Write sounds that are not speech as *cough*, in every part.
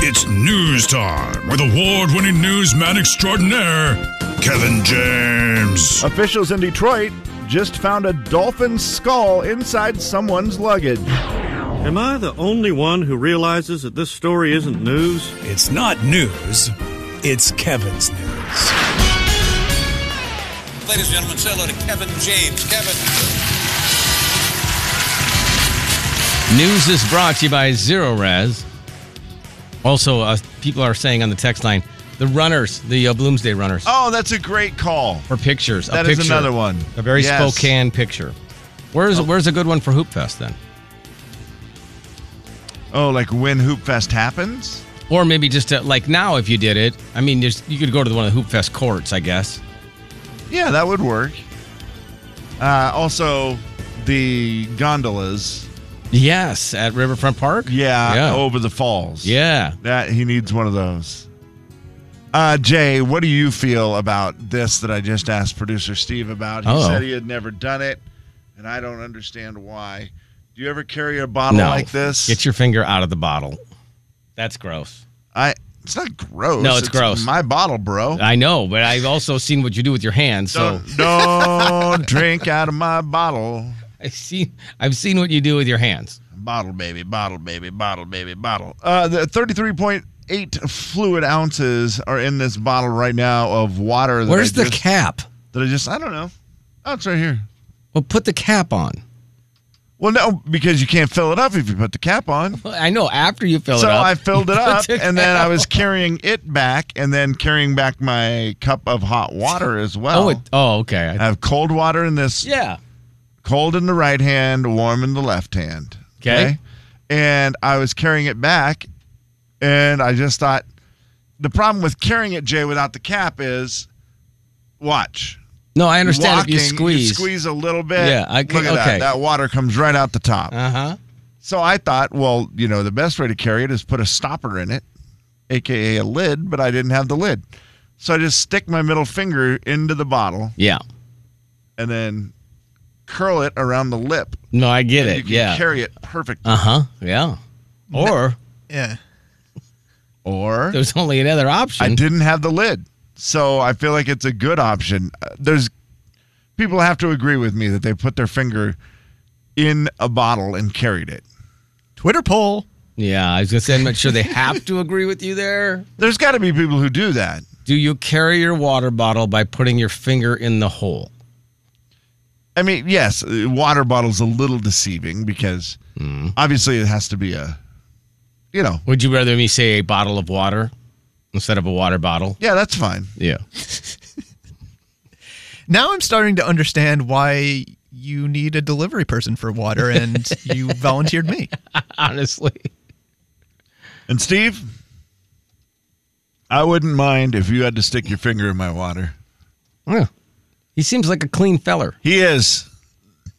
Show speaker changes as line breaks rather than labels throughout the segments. It's news time with award winning newsman extraordinaire, Kevin James.
Officials in Detroit just found a dolphin's skull inside someone's luggage.
Am I the only one who realizes that this story isn't news?
It's not news, it's Kevin's news.
Ladies and gentlemen, say hello to Kevin James. Kevin.
News is brought to you by Zero Res. Also, uh, people are saying on the text line, the runners, the uh, Bloomsday runners,
Oh, that's a great call.
for pictures.
That
a
is
picture,
another one.
A very
Yes.
Spokane picture. Where's where's a good one for Hoop Fest then?
Oh, like when Hoop Fest happens?
Or maybe just to, like now, if you did it, I mean, there's, you could go to the one of the Hoop Fest courts, I guess.
Yeah, that would work. Uh, also, the gondolas.
Yes, at Riverfront Park.
Yeah, Oh.
yeah,
over the falls.
yeah.
That he needs one of those. Uh, Jay, what do you feel about this that I just asked producer Steve about? He
Uh-oh.
said he had never done it, and I don't understand why. Do you ever carry a bottle
No.
like this?
Get your finger out of the bottle. That's gross.
I. It's not gross.
No, it's gross.
My bottle, bro.
I know, but I've also seen what you do with your hands. So
Don't, don't *laughs* drink out of my bottle.
*laughs* I've seen I've seen what you do with your hands.
Bottle, baby, bottle, baby, bottle, baby, bottle. Uh, the 33.8 fluid ounces are in this bottle right now of water. That
Where's
I
the
just,
cap?
That I just, I don't know. Oh, it's right here.
Well, put the cap on.
Well, no, because you can't fill it up if you put the cap on.
Well, I know after you fill
so
it up.
I filled
you
it
*laughs* put
up,
the
and then
cap
I was carrying it back, and then carrying back my cup of hot water as well.
Oh, it, oh, okay.
I
I-
have cold water in this
yeah.
cold in the right hand, warm in the left hand.
Okay.
And I was carrying it back, and I just thought the problem with carrying it, Jay, without the cap is watch.
No, I understand
Walking,
if you squeeze.
squeeze a little bit.
Yeah, I
Look
can-
at that.
okay.
That water comes right out the top.
Uh huh.
So I thought, well, you know, the best way to carry it is put a stopper in it, aka a lid, but I didn't have the lid. So I just stick my middle finger into the bottle
Yeah.
and then curl it around the lip.
No, I get
You
it.
can
Yeah.
carry it perfect.
uh huh. Yeah. Or
Yeah.
Or
there's only another
I
option.
didn't have the lid. So I feel like it's a good option. Uh, There's people have to agree with me that they put their finger in a bottle and carried it.
Twitter poll.
Yeah, I was gonna say I'm not sure they have to agree with you there.
There's got to be people who do that.
Do you carry your water bottle by putting your finger in the hole?
I mean, yes, uh, water bottle's a little deceiving because
Mm-hmm.
obviously it has to be a, you know,
Would you rather me say a bottle of water instead of a water bottle?
yeah, that's fine.
Yeah. *laughs*
Now I'm starting to understand why you need a delivery person for water and you volunteered me.
Honestly.
And Steve, I wouldn't mind if you had to stick your finger in my water.
Yeah. He seems like a clean feller.
He is.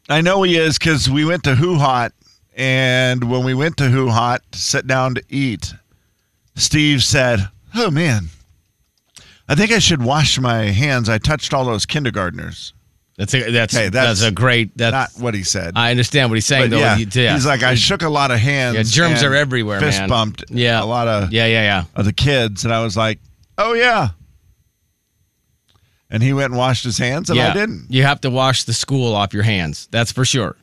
I know he is because we went to Who Hot, and when we went to Who Hot to sit down to eat, Steve said, "Oh man, I think I should wash my hands. I touched all those kindergartners."
That's a that's
Hey, that's
that's, a great
Not
that's
what he said.
I understand what he's saying
but
though.
yeah,
You- yeah.
he's like, "I shook a lot of hands.
Yeah, germs
and
are everywhere,
Fist
man.
bumped.
Yeah.
a lot of
yeah, yeah, yeah.
of the kids," and I was like, "Oh yeah." And he went and washed his hands, and
yeah.
I didn't.
You have to wash the school off your hands. That's for sure.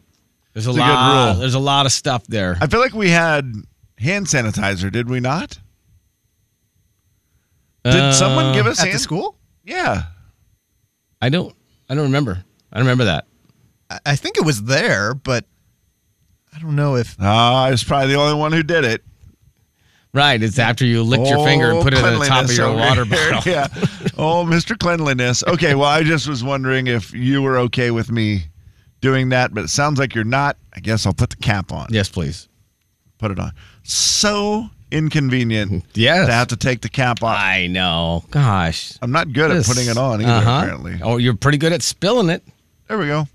There's a
a good
lot
rule.
there's a lot of stuff there.
I feel like we had hand sanitizer, did we not? Did
Uh,
someone give us
At
hand?
the school?
Yeah.
I don't I don't remember. I don't remember that.
I- I think it was there, but I don't know if.
Ah, I was probably the only one who did it.
Right, it's after you licked your
Oh,
finger and put it on the top of
cleanliness
your
over
water
here. *laughs*
bottle. *laughs*
yeah. Oh, Mr. Cleanliness. Okay, well, I just was wondering if you were okay with me doing that, but it sounds like you're not. I guess I'll put the cap on.
Yes, please.
Put it on. So inconvenient
*laughs* Yes.
to have to take the cap off.
I know. Gosh.
I'm not good at
This-
putting it on either,
uh-huh.
apparently.
Oh, you're pretty good at spilling it.
There we go.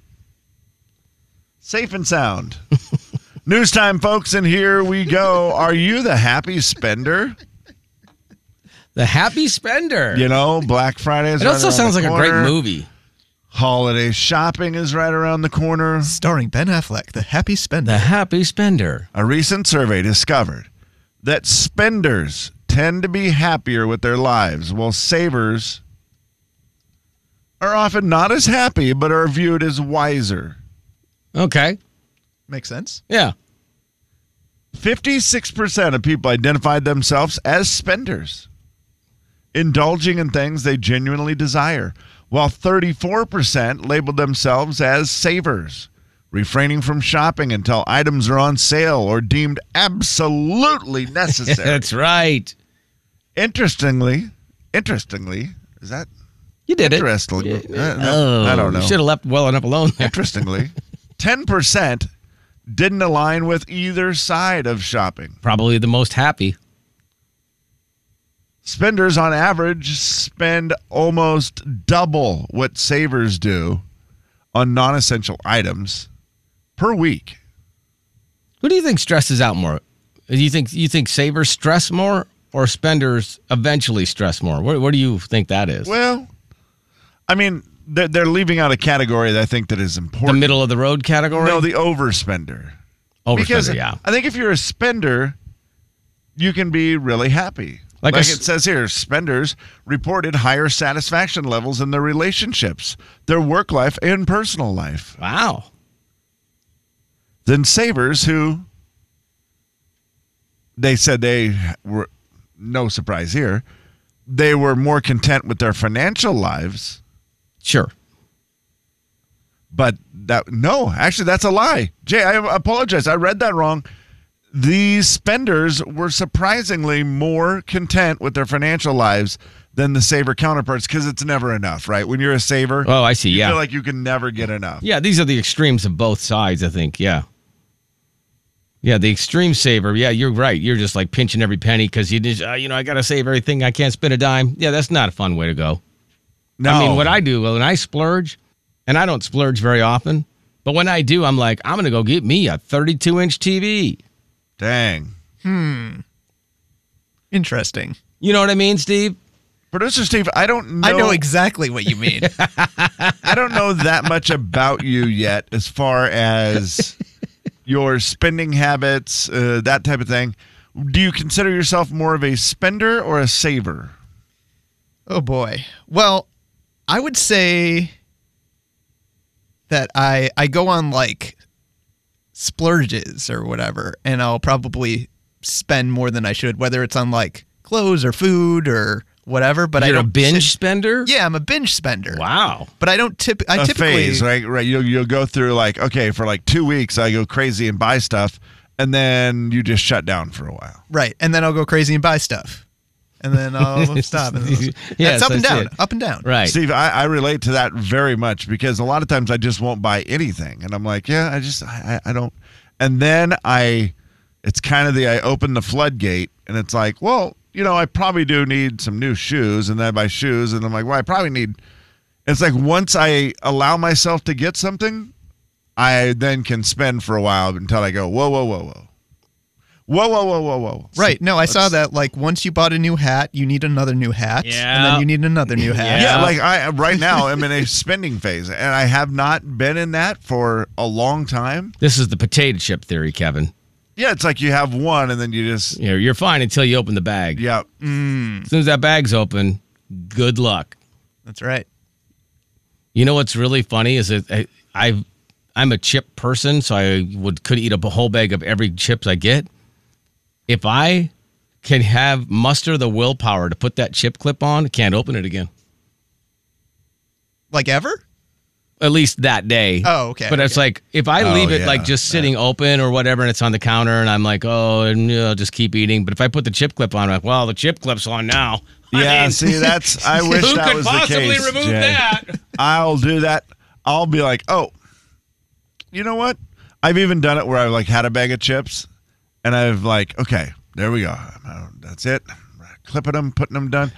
Safe and sound. *laughs* News time, folks, and here we go. Are you the happy spender?
The Happy Spender.
You know, Black Friday is
it
right
also
around the
sounds like a great
corner.
movie.
Holiday shopping is right around the corner.
Starring Ben Affleck, the happy spender.
The Happy Spender.
A recent survey discovered that spenders tend to be happier with their lives, while savers are often not as happy but are viewed as wiser.
Okay.
Makes sense.
Yeah.
56% of people identified themselves as spenders, indulging in things they genuinely desire, while 34% labeled themselves as savers, refraining from shopping until items are on sale or deemed absolutely necessary.
*laughs* That's right.
interestingly, interestingly, is that
You did it. Oh,
interestingly? Uh, no, I don't know.
You should have left well enough alone there. *laughs*
Interestingly, 10% didn't align with either side of shopping.
Probably the most happy.
Spenders, on average, spend almost double what savers do on non essential items per week.
Who do you think stresses out more? Do you think you think savers stress more or spenders eventually stress more? What, what do you think that is?
Well, I mean, they're, they're leaving out a category that I think that is
the
important.
middle of the road category?
no, the overspender.
Overspender,
because
yeah.
I think if you're a spender, you can be really happy.
Like
Like,
a s-
it says here, spenders reported higher satisfaction levels in their relationships, their work life, and personal life
Wow.
than savers who they said they were no surprise here they were more content with their financial lives
Sure.
but that no actually that's a lie jay i apologize i read that wrong these spenders were surprisingly more content with their financial lives than the saver counterparts because it's never enough right when you're a saver
Oh, I see.
you
Yeah.
feel like you can never get enough
Yeah, these are the extremes of both sides, I think. Yeah. Yeah, the extreme saver. Yeah, you're right. You're just like pinching every penny because you just, uh, you know, I got to save everything. I can't spend a dime. Yeah, that's not a fun way to go.
no
I
Oh.
mean, what I do when I splurge, and I don't splurge very often, but when I do, I'm like, I'm going to go get me a 32 inch TV.
dang
Interesting.
You know what I mean, Steve?
producer steve i don't know
I know exactly what you mean.
I don't know that much about you yet as far as your spending habits, uh, that type of thing. Do you consider yourself more of a spender or a saver?
oh boy. Well, I would say that I I go on like splurges or whatever, and I'll probably spend more than I should, whether it's on like clothes or food or whatever. But I
You're a
don't
binge
sit-
spender?
yeah, I'm a binge spender.
Wow.
But I don't tip. I
A
Uh, typically
phase, right? Right. You'll you'll go through like okay for like two weeks. I go crazy and buy stuff, and then you just shut down for a while.
Right. And then I'll go crazy and buy stuff. And
*laughs*
then I'll stop. And then I'll-
Yes,
That's up and
I see
down.
it.
Up and down.
Right.
Steve, I, I relate to that very much because a lot of times I just won't buy anything, and I'm like, yeah, I just I, I I don't. And then I, it's kind of the I open the floodgate, and it's like, well, you know, I probably do need some new shoes, and then I buy shoes, and I'm like, well, I probably need. It's like once I allow myself to get something, I then can spend for a while until I go, whoa, whoa, whoa, whoa, whoa, whoa, whoa, whoa, whoa.
Right. No, I saw that. Like, once you bought a new hat, you need another new hat. And
Yeah.
then you need another new hat.
Yeah,
Yeah.
like I right now I'm in a spending phase, and I have not been in that for a long time.
This is the potato chip theory, Kevin.
Yeah, it's like you have one, and then you just
You know, you're fine until you open the bag.
yeah.
As soon as that bag's open, good luck.
That's right.
You know what's really funny is that I, I've I'm a chip person, so I would could eat a whole bag of every chips I get. If I can have muster the willpower to put that chip clip on, can't open it again.
Like, ever?
At least that day.
Oh, okay,
But it's
okay.
like if I
Oh,
leave it
yeah,
like just sitting open or whatever, and it's on the counter, and I'm like, oh, and, you know, I'll just keep eating. But if I put the chip clip on, I'm like, well, the chip clip's on now. I
Yeah,
mean,
see, that's I wish
*laughs* who
that
could
was
possibly
the case.
remove
Jay.
that?
I'll do that. I'll be like, oh, you know what? I've even done it where I've like had a bag of chips, and I've like, okay, there we go. I'm- That's it. Clipping them, putting them done.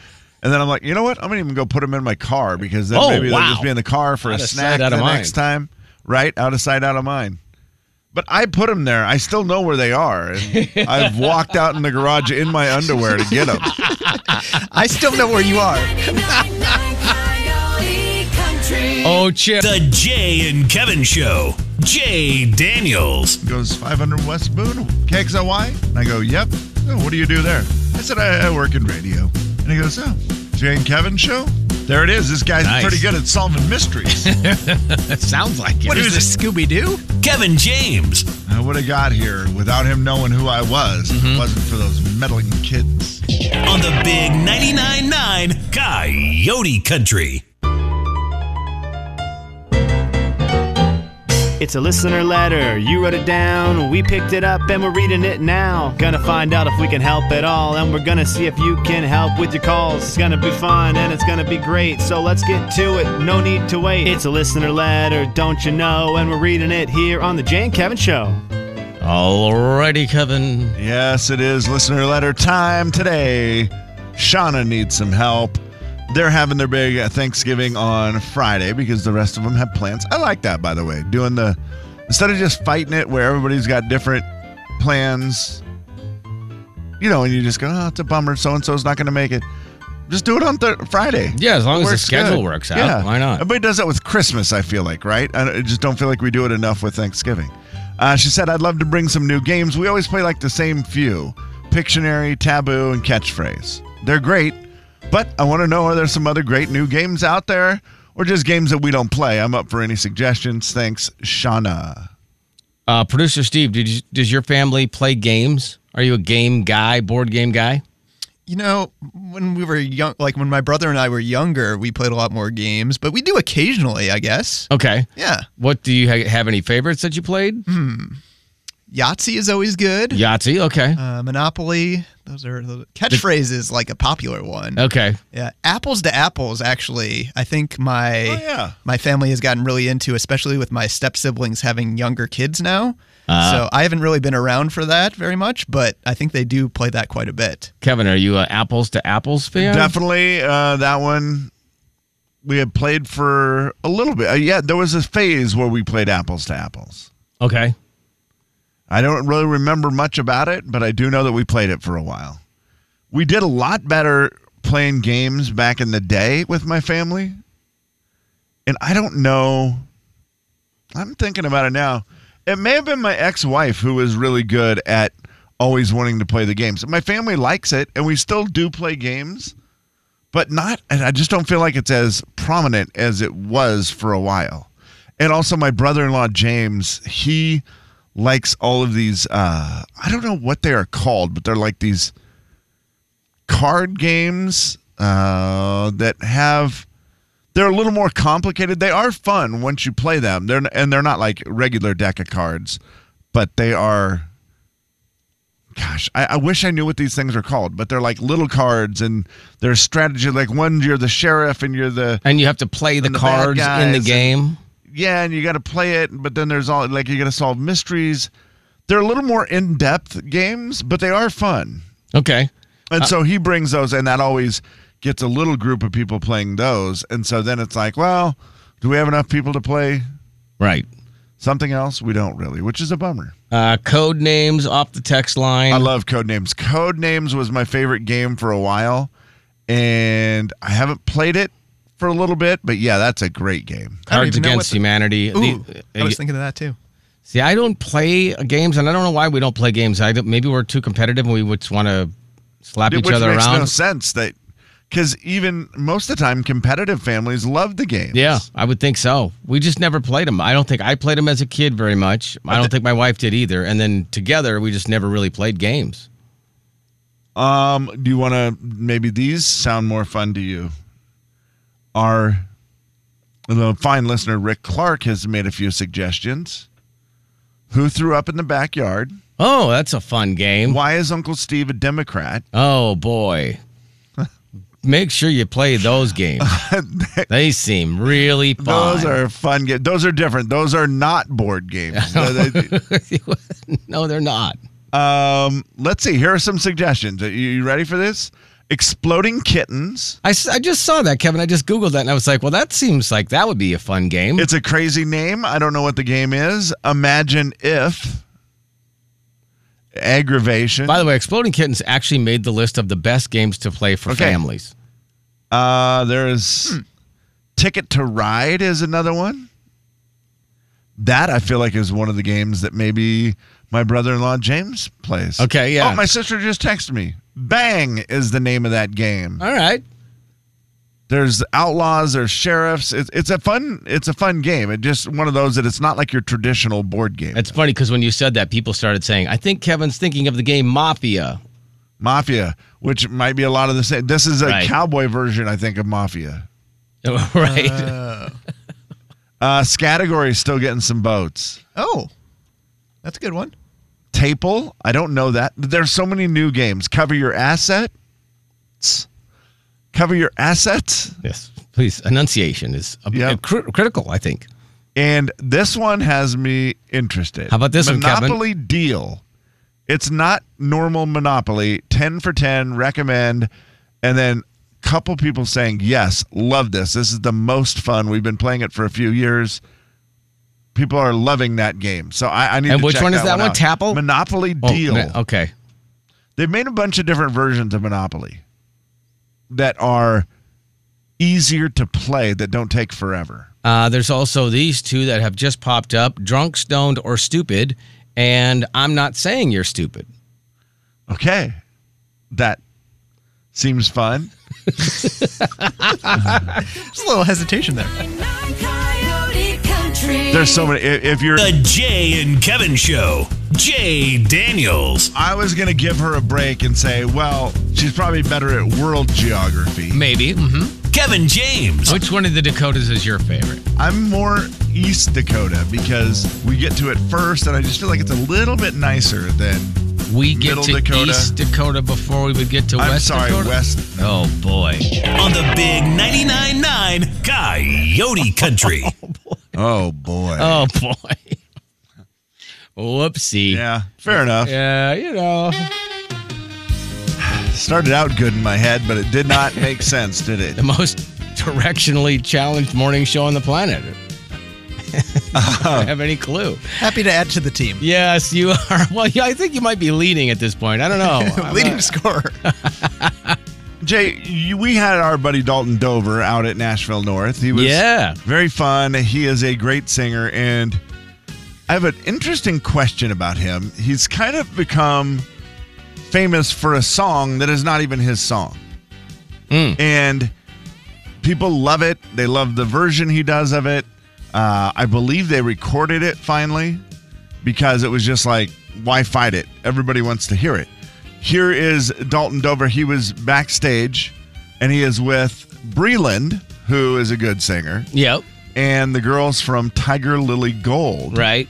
And then I'm like, you know what? I'm gonna even go put them in my car because then
Oh,
maybe
wow.
they'll just be in the car for
Out
a
of sight,
snack
out
the
of mind.
next time, right? Out of sight, out of mind. But I put them there. I still know where they are. And
*laughs*
I've walked out in the garage in my underwear to get them.
I still know where you are.
Oh, chip.
The Jay and Kevin Show. Jay Daniels.
goes 500 West Boone, KXLY? And I go, yep. Oh, what do you do there? I said, I, I work in radio. And he goes, Oh, Jay and Kevin show? There it is. This guy's
Nice.
pretty good at solving mysteries.
That sounds like it.
What is
this Scooby Doo?
Kevin James,
I would have got here without him knowing who I was if it wasn't for those meddling kids.
on the big 99.9 9 Coyote Country.
It's a listener letter. You wrote it down. We picked it up and we're reading it now. Gonna find out if we can help at all. And we're gonna see if you can help with your calls. It's gonna be fun and it's gonna be great. So let's get to it. No need to wait. It's a listener letter, don't you know? And we're reading it here on the Jane Kevin Show.
Alrighty, Kevin.
Yes, it is listener letter time today. Shauna needs some help. They're having their big Thanksgiving on Friday because the rest of them have plans. I like that, by the way. Doing the instead of just fighting it where everybody's got different plans, you know, and you just go, oh, it's a bummer. So and so's not going to make it. Just do it on th- Friday.
Yeah, as long as the
Works
schedule
good.
works out,
Yeah.
why not?
Everybody does that with Christmas, I feel like, right? I don't- I just don't feel like we do it enough with Thanksgiving. Uh, she said, I'd love to bring some new games. We always play like the same few Pictionary, Taboo, and Catchphrase. They're great, but I want to know are there some other great new games out there or just games that we don't play? I'm up for any suggestions. Thanks, Shauna.
Uh, Producer Steve, did you, does your family play games? Are you a game guy, board game guy?
You know, when we were young, like when my brother and I were younger, we played a lot more games, but we do occasionally, I guess.
Okay.
Yeah.
What do you ha- have any favorites that you played?
Hmm.
Yahtzee is always good.
Yahtzee. Okay.
Uh, Monopoly. Those are the catchphrase is like a popular one.
Okay.
Yeah, apples to apples. Actually, I think my
Oh, yeah.
my family has gotten really into, especially with my step siblings having younger kids now. so I haven't really been around for that very much, but I think they do play that quite a bit.
Kevin, are you an apples to apples fan?
Definitely uh, that one. We had played for a little bit. Uh, yeah, there was a phase where we played apples to apples.
Okay.
I don't really remember much about it, but I do know that we played it for a while. We did a lot better playing games back in the day with my family. And I don't know. I'm thinking about it now. It may have been my ex wife who was really good at always wanting to play the games. My family likes it, and we still do play games, but not, and I just don't feel like it's as prominent as it was for a while. And also, my brother in law, James, he likes all of these, uh, I don't know what they are called, but they're like these card games uh, that have they're a little more complicated. They are fun once you play them. They're and they're not like regular deck of cards, but they are. Gosh, I, I wish I knew what these things are called, but they're like little cards and they're strategy. Like one, you're the sheriff and you're the
And you have to play the,
And the bad
cards in
guys
the
and-
game.
yeah, and you got to play it. But then there's all like you got to solve mysteries. They're a little more in depth games, but they are fun.
okay.
And so he brings those, and that always gets a little group of people playing those. And so then it's like, well, do we have enough people to play
Right.
something else? We don't really, which is a bummer.
Uh, code names off the text line.
I love Code Names. Code Names was my favorite game for a while, and I haven't played it for a little bit, but yeah, that's a great game.
I don't
Cards
even know what
Against
the-
Humanity. The-
Ooh, I
uh,
was thinking of that too.
See, I don't play games, and I don't know why we don't play games. I don't, maybe we're too competitive, and we would want to slap each
which
other
makes
around.
no sense that because even most of the time, competitive families love the games.
Yeah, I would think so. We just never played them. I don't think I played them as a kid very much. I don't think my wife did either. And then together, we just never really played games.
Um, do you want to maybe these sound more fun to you? Our the fine listener Rick Clark has made a few suggestions. Who threw up in the backyard?
Oh, that's a fun game.
Why is Uncle Steve a Democrat? *laughs*
Oh boy. Make sure you play those
*laughs*
games. they seem really fun.
Those are fun games. Those are different. Those are not board games. They- they-
*laughs* no, they're not.
um, let's see. Here are some suggestions. Are you you ready for this? Exploding kittens.
I, s- I just saw that, Kevin. I just Googled that and I was like, well, that seems like that would be a fun game.
It's a crazy name. I don't know what the game is. Imagine if aggravation.
By the way, Exploding Kittens actually made the list of the best games to play for
Okay.
families.
Uh, there's
Hmm.
Ticket to Ride is another one. That I feel like is one of the games that maybe my brother-in-law James plays.
Okay, yeah.
Oh, my sister just texted me. Bang is the name of that game.
All right.
There's outlaws, there's sheriffs. It's, it's a fun it's a fun game. It's just one of those that it's not like your traditional board game.
That's funny because when you said that, people started saying, I think Kevin's thinking of the game Mafia. *laughs*
Mafia, which might be a lot of the same. This is a
Right.
cowboy version, I think, of Mafia.
right.
Uh, Scattergory's still getting some votes.
Oh, that's a good one.
Taple, I don't know that. There's so many new games. Cover your assets. Cover your assets.
yes. Please. Enunciation is a,
Yeah.
cri- critical, I think.
And this one has me interested.
How about this one, Kevin?
Monopoly deal. It's not normal Monopoly. 10 for 10, recommend. And then couple people saying, yes, love this. This is the most fun. We've been playing it for a few years. People are loving that game. So I, I need
And
to
which
check
one is that one?
out.
Tapple?
Monopoly
Oh,
deal.
man, Okay.
They've made a bunch of different versions of Monopoly that are easier to play that don't take forever.
Uh, there's also these two that have just popped up drunk, stoned, or stupid. And I'm not saying you're stupid.
Okay. That seems fun.
Just a little hesitation there.
There's so many. If, if you're.
The Jay and Kevin Show. Jay Daniels.
I was going to give her a break and say, well, she's probably better at world geography.
Maybe. Mm-hmm.
Kevin James.
Which one of the Dakotas is your favorite?
I'm more East Dakota because we get to it first, and I just feel like it's a little bit nicer than.
We get
Middle
to
Dakota.
East Dakota before we would get to
I'm
West
sorry,
Dakota.
West.
Oh boy.
On the big 99.9 9 Coyote Country.
Oh, boy.
*laughs* Oh boy. Whoopsie.
Yeah, fair enough.
Yeah, you know.
Started out good in my head, but it did not make sense, did it?
The most directionally challenged morning show on the planet.
*laughs*
I don't have any clue.
Happy to add to the team.
Yes, you are. *laughs* Well, yeah, I think you might be leading at this point. I
*laughs*
don't know. I'm
Leading
not-
scorer.
Jay, you, we had our buddy Dalton Dover out at Nashville North. He was
Yeah.
very fun. He is a great singer, and I have an interesting question about him. He's kind of become famous for a song that is not even his song,
Mm.
and people love it. They love the version he does of it. Uh, I believe they recorded it finally because it was just like, why fight it? Everybody wants to hear it. Here is Dalton Dover. He was backstage and he is with Breland, who is a good singer,
Yep.
and the girls from Tiger Lily Gold,
Right.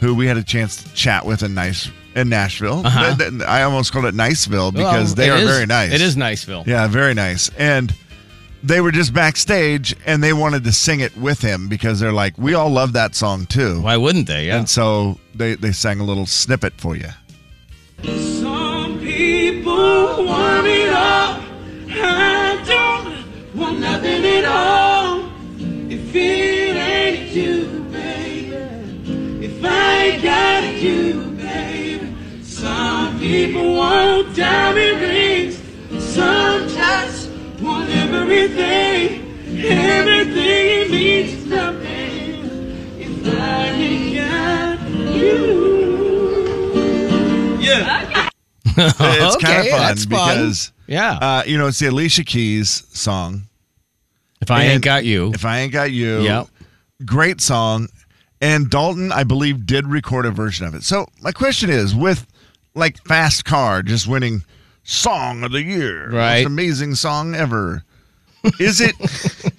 who we had a chance to chat with in nice in Nashville.
Uh-huh.
Th- th- I almost called it Niceville because
Well,
they
it
are
is-
very nice.
It is Niceville.
Yeah, very nice. And they were just backstage and they wanted to sing it with him because they're like, we all love that song too.
Why wouldn't they? Yeah.
And so they, they sang a little snippet for you.
Some people want it all. I don't want nothing at all. If it ain't you, baby. If I ain't got you, baby. Some people want diamond rings. Some just want everything. Everything means nothing. If I ain't got you. Yeah.
It's kind of
Okay,
fun
that's fun.
because,
Yeah.
uh, you know, it's the Alicia Keys song.
if I
And
ain't got you.
If I ain't got you.
Yep.
Great song. And Dalton, I believe, did record a version of it. So my question is, with like Fast Car just winning Song of the Year,
Right.
most amazing song ever. Is it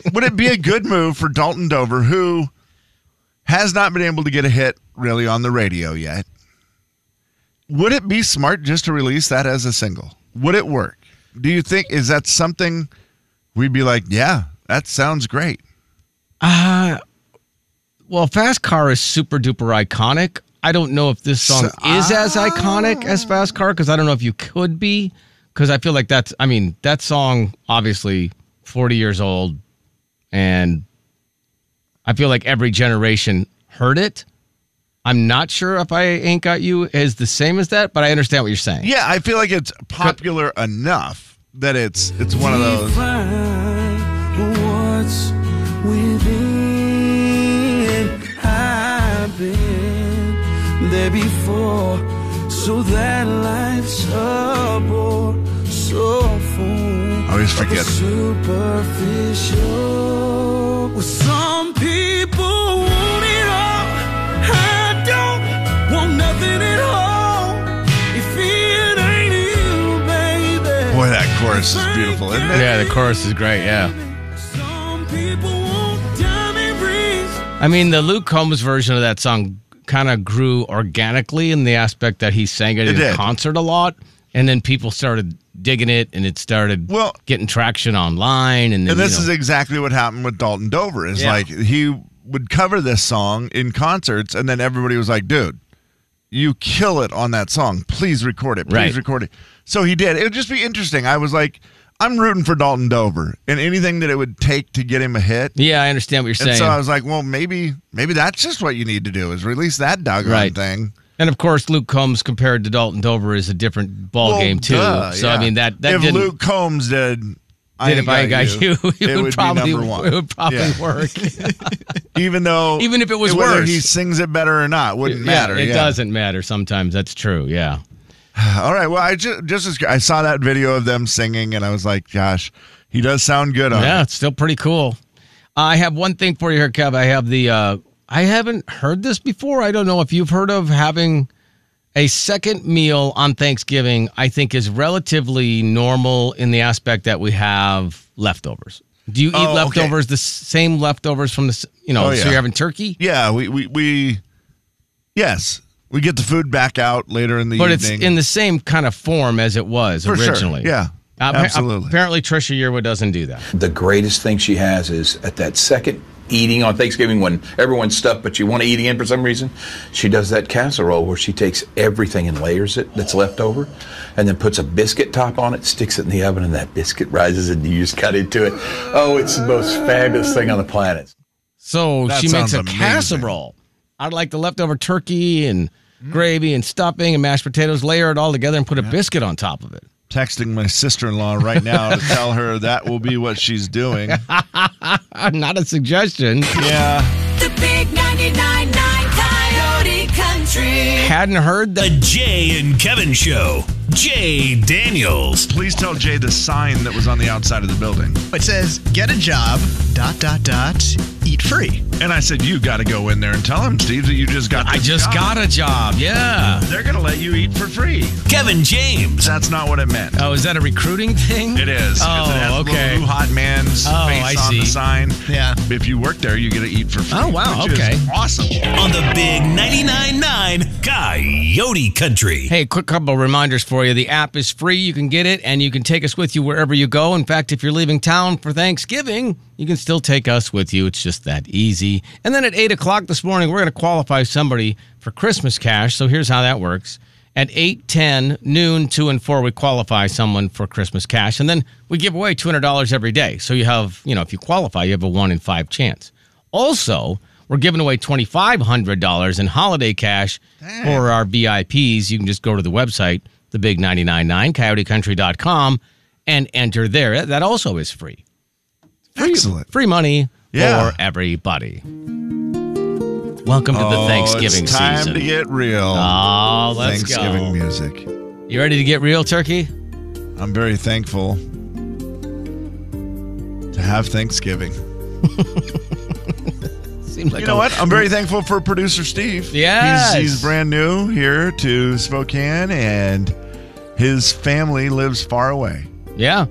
*laughs* would it be a good move for Dalton Dover, who has not been able to get a hit really on the radio yet? Would it be smart just to release that as a single? Would it work? Do you think is that something we'd be like, yeah, that sounds great.
Uh, Well, Fast Car is super duper iconic. I don't know if this song is as iconic as Fast Car because I don't know if you could be because I feel like that's I mean that song obviously 40 years old and I feel like every generation heard it. I'm not sure if I ain't got you is the same as that, but I understand what you're saying.
Yeah, I feel like it's popular enough that it's it's one of those.
find what's within. I've been there before, so so that life's a bore so full.
I always forget.
of the Superficial. Well, some people want it all. I don't want nothing at all. If it ain't you, baby.
Boy, that chorus is beautiful, isn't it?
Yeah, the chorus is great. Yeah.
Some people want diamond rings.
I mean, the Luke Combs version of that song kind of grew organically in the aspect that he sang it,
It
in
did.
concert a lot. And then people started digging it and it started
Well-
getting traction online. And, then,
And this
you know,
is exactly what happened with Dalton Dover. Is
Yeah.
like he would cover this song in concerts, and then everybody was like, "Dude, you kill it on that song. Please record it. Please
Right.
record it." So he did. It would just be interesting. I was like, "I'm rooting for Dalton Dover and anything that it would take to get him a hit."
Yeah, I understand what you're
And
saying.
so I was like, "Well, maybe, maybe that's just what you need to do is release that doggone
Right.
thing."
And of course, Luke Combs compared to Dalton Dover is a different ball
Well,
game too.
duh,
so
yeah.
I mean that that
if
didn't,
Luke Combs did. I
did if I got you, *laughs* it, would, probably
be number one.
*laughs* it would probably
Yeah.
work.
even though
*laughs* Even if it was
whether
worse.
he sings it better or not wouldn't matter.
Yeah, it
yeah.
doesn't matter sometimes. That's true. Yeah.
All right. Well, I just, just as, I saw that video of them singing, and I was like, gosh, he does sound good on
Yeah,
it.
it's still pretty cool. I have one thing for you here, Kev. I have the uh I haven't heard this before. I don't know if you've heard of having a second meal on Thanksgiving, I think is relatively normal in the aspect that we have leftovers. Do you eat
Oh, okay.
leftovers the s- same leftovers from the s- you know,
Oh,
so
yeah.
you're having turkey?
Yeah. We we we yes, we get the food back out later in the
But it's
evening.
in the same kind of form as it was
For sure,
originally.
yeah,
Appa-
absolutely.
Apparently Trisha Yearwood doesn't do that.
The greatest thing she has is at that second eating on Thanksgiving when everyone's stuffed, but you want to eat again for some reason. She does that casserole where she takes everything and layers it that's left over and then puts a biscuit top on it, sticks it in the oven, and that biscuit rises and you just cut into it. Oh, it's the most fabulous thing on the planet.
So
That
she makes
sounds
a
amazing.
casserole. I'd like the leftover turkey and gravy and stuffing and mashed potatoes, layer it all together and put a biscuit on top of it. *laughs*
Texting my sister-in-law right now to tell her that will be what she's
*laughs*
doing.
Uh, not a suggestion. *laughs*
Yeah.
The big 99.9 Coyote Country.
Hadn't heard that.
The Jay and Kevin Show. Jay Daniels.
Please tell Jay the sign that was on the outside of the building.
It says, get a job, dot, dot, dot, eat free.
And I said, you got to go in there and tell him, Steve, that you just got.
I
this
just
job.
got a job. Yeah.
They're gonna let you eat for free.
Kevin James.
That's not what it meant.
Oh, is that a recruiting thing?
It is. 'cause it has the
Oh,
little
okay.
Lou Hot Man's
Oh,
face
I
on the
see.
sign.
Yeah.
If you work there, you get to eat for free.
Oh, wow,
which is
okay.
awesome.
on the big 99.9 Coyote Country.
Hey, quick couple of reminders for you. The app is free. You can get it, and you can take us with you wherever you go. In fact, if you're leaving town for Thanksgiving, you can still take us with you. It's just that easy. And then at 8 o'clock this morning, we're going to qualify somebody for Christmas cash. So here's how that works. At 8, 10, noon, 2, and 4, we qualify someone for Christmas cash. And then we give away $200 every day. So you have, you know, if you qualify, you have a 1 in 5 chance. Also, we're giving away $2,500 in holiday cash for our VIPs. You can just go to the website, the big 999 coyotecountry.com, and enter there. That also is free. free
Excellent.
Free money
Yeah.
for everybody. Welcome to the
Oh,
Thanksgiving
it's time
season.
to get real.
oh, let's
Thanksgiving
go.
music.
You ready to get real, Turkey?
I'm very thankful to have Thanksgiving.
Seems like
You know
a-
what? I'm
*laughs*
very thankful for producer Steve.
Yes.
He's, he's brand new here to Spokane, and his family lives far away.
Yeah.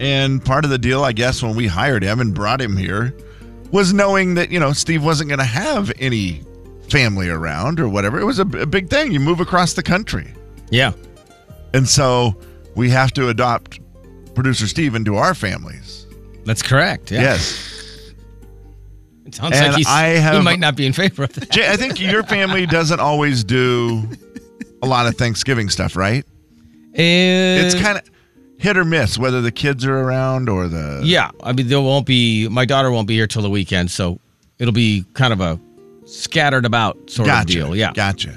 And part of the deal, I guess, when we hired him and brought him here was knowing that, you know, Steve wasn't going to have any family around or whatever. It was a, b- a big thing. You move across the country.
Yeah.
And so we have to adopt producer Steve into our families.
That's correct. Yeah.
Yes.
It sounds
And
like he's,
I
he
have-
might not be in favor of that.
Jay, I think your family doesn't always do a lot of Thanksgiving stuff, right? It's
Uh,
kind of hit or miss whether the kids are around or the.
Yeah, I mean, there won't be my daughter won't be here till the weekend, so it'll be kind of a scattered about sort of deal. Yeah,
Gotcha.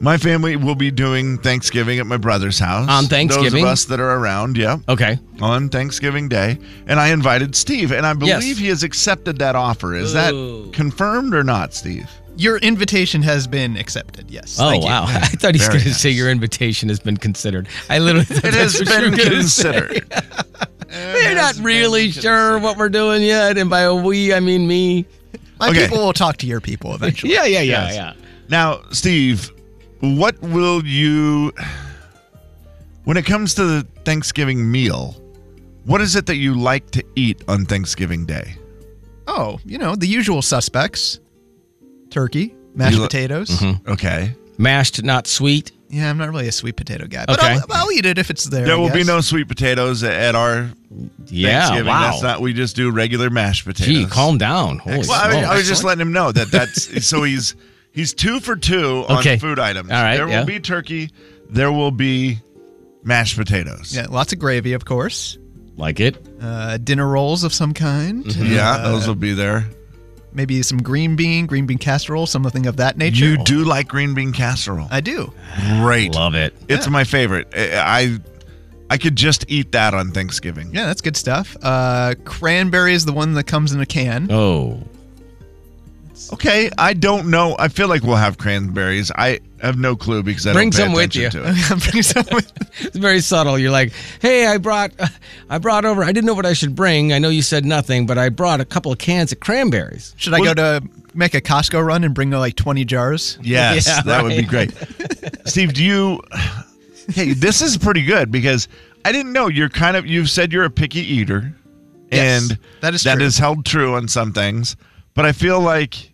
My family will be doing Thanksgiving at my brother's house.
On
Those
Thanksgiving?
of us that are around, yeah.
okay.
On Thanksgiving Day. And I invited Steve, and I believe
Yes.
he has accepted that offer. Is that
Ooh.
confirmed or not, Steve?
Your invitation has been accepted. Yes.
Oh
Thank you.
wow! *laughs* I
Thank you.
thought he's
Very
going to
nice.
say your invitation has been considered. I literally thought *laughs*
It
that's what
has
you were
been
gonna
considered.
say. We're not really sure what we're doing yet, and by we I mean me.
My people will talk to
*laughs*
your people eventually.
Yeah, yeah, yeah,
Yes.
yeah.
Now, Steve, what will you, when it comes to the Thanksgiving meal, what is it that you like to eat on Thanksgiving Day?
Oh, you know the usual suspects: turkey, mashed
You lo-
potatoes.
Mm-hmm.
Mhm. Okay.
Mashed, not sweet.
Yeah, I'm not really a sweet potato guy, but
Okay.
I'll, I'll eat it if it's there.
There
I
will be
guess.
no sweet potatoes at our
Yeah,
Thanksgiving.
wow.
That's not. We just do regular mashed potatoes.
Gee, calm down. Holy
well, I, mean, I was
smokes.
just letting him know that that's *laughs* so he's he's two for two on
Okay.
food items.
All right,
There will
yeah.
be turkey. There will be mashed potatoes.
Yeah, lots of gravy, of course.
Like it.
Uh, dinner rolls of some kind.
Mm-hmm.
Yeah,
Uh,
those will be there.
maybe some green bean, green bean casserole, something of that nature.
You do like green bean casserole.
I do.
Great.
Love it.
It's my favorite. I I- I could just eat that on Thanksgiving.
Yeah, that's good stuff. Uh, cranberry is the one that comes in a can. *laughs*
Oh.
Okay, I don't know. I feel like we'll have cranberries. I have no clue because I
Bring
don't pay
some with
attention
you.
*laughs*
to it.
*laughs* it's very subtle. You're like, hey, I brought, *laughs* I brought over. I didn't know what I should bring. I know you said nothing, but I brought a couple of cans of cranberries.
Should I go to make a Costco run and bring like 20 jars?
Yes,
Yeah,
that would be
right.
great. Steve, do you? Hey, this is pretty good because I didn't know you're kind of. You've said you're a picky eater,
Yes,
and
that is
that
true.
is held true on some things. But I feel like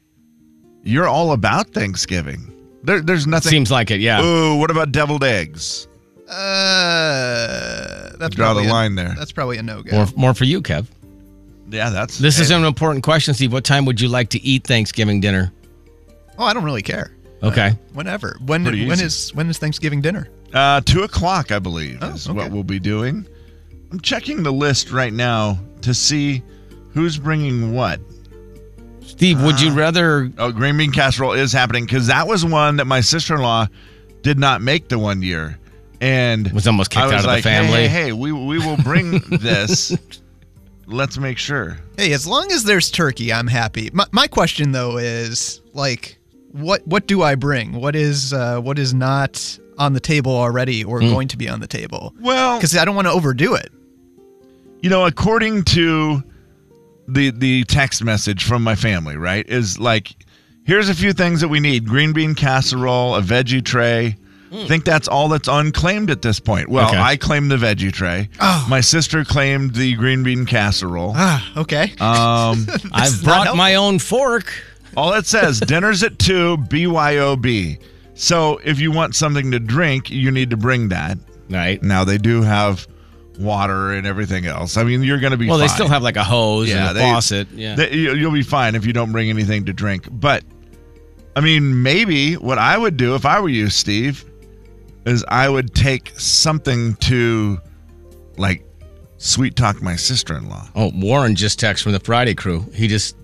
you're all about Thanksgiving. There, there's nothing.
Seems like it. Yeah.
Ooh, what about deviled eggs?
Uh, that's
Draw the
probably a-
line there.
That's probably a no go.
More, more for you, Kev.
Yeah, that's
This is
hey,
an important question, Steve. What time would you like to eat Thanksgiving dinner?
Oh, I don't really care.
Okay.
Whenever. When
Pretty
when
easy.
is when is Thanksgiving dinner?
uh, two o'clock, I believe,
Oh,
is
okay.
what we'll be doing. I'm checking the list right now to see who's bringing what.
Steve, would you rather?
Oh, green bean casserole is happening because that was one that my sister in law did not make the one year, and
Was almost kicked
I was
out of the
like,
family.
Hey, hey, hey, we we will
*laughs*
bring this. Let's make sure.
Hey, as long as there's turkey, I'm happy. My, my question though is like what what do I bring? What is uh, what is not on the table already or
Hmm.
going to be on the table?
Well,
Cuz I don't want to overdo it.
you know, according to the the text message from my family, right, is like, here's a few things that we need: green bean casserole, a veggie tray. I think that's all that's unclaimed at this point. Well,
Hmm. Okay.
I claimed the veggie tray.
Oh.
My sister claimed the green bean casserole.
Ah, okay.
Um,
I've
is not
brought
helpful.
my own fork.
All it says, dinner's at 2, BYOB. So if you want something to drink, you need to bring that.
Right.
Now, they do have water and everything else. I mean, you're going to be
Well, they
fine.
still have like a hose and a
they-
faucet. Yeah.
they- you- you'll be fine if you don't bring anything to drink. But, I mean, maybe what I would do if I were you, Steve, is I would take something to, like, sweet talk my sister in law.
oh, Warren just texted from the Friday crew. He just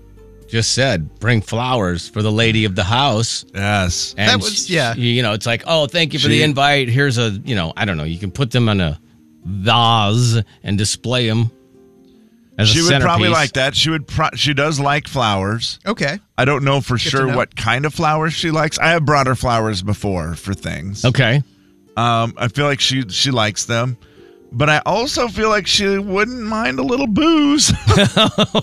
just said, "Bring flowers for the lady of the house."
Yes.
And
That was-
she-
yeah.
You know, it's like, oh, thank you for
She-
the invite. Here's a, you know, I don't know. You can put them on a vase and display them as
She
a
would probably
centerpiece.
like that. She would. Pro- she does like flowers.
Okay.
I don't know for
to
sure
know.
what kind of flowers she likes. I have brought her flowers before for things.
Okay.
Um, I feel like she she likes them, but I also feel like she wouldn't mind a little booze. *laughs*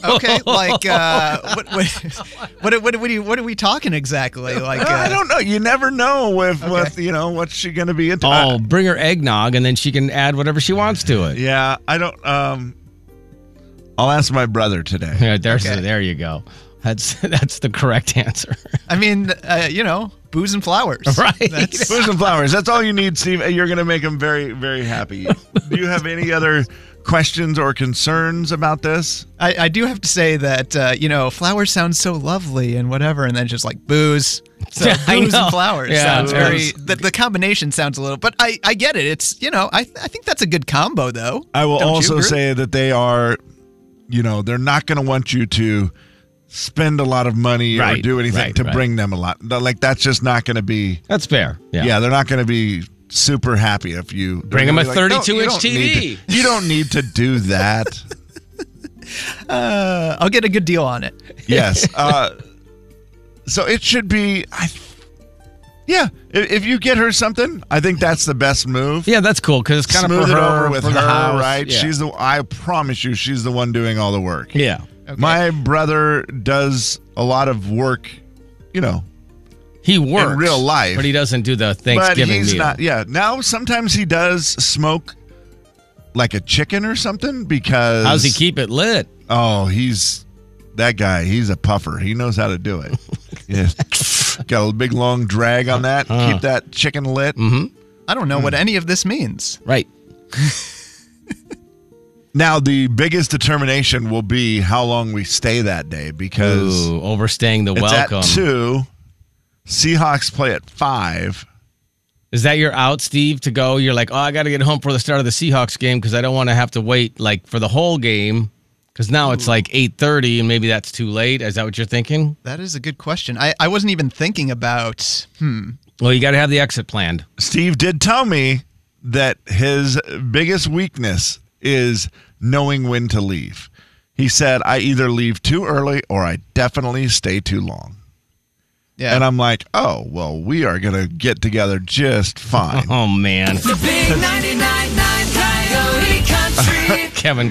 Okay, like uh, what, what, what, *laughs* what, what, are you, what are we
*laughs*
talking exactly? Like uh,
I don't know. You never know if
Okay.
what you know what's she going to be into.
Oh,
I-
bring her eggnog and then she can add whatever she wants to it.
Uh, yeah, I don't. Um, I'll ask my brother today.
Yeah, there's
Okay.
there you go. That's *laughs* that's the correct answer. *laughs*
I mean, uh, you know, booze and flowers,
*laughs*
Right.
That's-
Booze and flowers. That's all you need, Steve. and You're going to make him very, very happy. Do you have any other questions or concerns about this?
I, I do have to say that uh, you know, flowers sound so lovely and whatever, and then just like booze. So
*laughs* Yeah, I
booze
know.
and flowers
Yeah,
sounds
it
very.
is.
The, the combination sounds a little, but I, I get it. It's you know, I I think that's a good combo though.
I will
Don't you
also
agree?
say that they are, you know, they're not going to want you to spend a lot of money or
Right,
do anything
right,
to
right.
bring them a lot. They're Like that's just not going to be.
That's fair.
Yeah,
Yeah.
they're not going to be super happy if you
Bring them a 32
inch
inch TV."
You don't need to do that.
*laughs*
uh, I'll get a good deal on it.
yes. Uh, So it should be. I, yeah, if, if you get her something, I think that's the best move.
Yeah, that's cool because it's kind
smooth
of for
it
her,
over with
for
her,
the house.
right?
Yeah.
She's the. I promise you, she's the one doing all the work.
Yeah.
My brother does a lot of work. You know,
he works
in real life,
but he doesn't do the
but
Thanksgiving
he's
meal.
not. Yeah. Now sometimes he does smoke like a chicken or something because
How's he keep it lit?
Oh, he's that guy. He's a puffer. He knows how to do
*laughs*
it. yeah. Got a big long drag on that.
Uh-huh.
Keep that chicken lit. Mm-hmm.
I don't know what any of this means.
Right.
Now the biggest determination will be how long we stay that day because
Ooh, overstaying the
it's
welcome.
at two. Seahawks play at five.
Is that your out, Steve, to go? You're like, oh, I got to get home for the start of the Seahawks game because I don't want to have to wait like for the whole game because now
Hmm.
it's like 8:30 and maybe that's too late. Is that what you're thinking?
That is a good question. I, I wasn't even thinking about, hmm.
Well, you got to have the exit planned.
Steve did tell me that his biggest weakness is knowing when to leave. He said, I either leave too early or I definitely stay too long.
Yeah.
And I'm like, oh, well, we are going to get together just fine. *laughs*
Oh, man.
The big 99.9 Coyote Country.
Kevin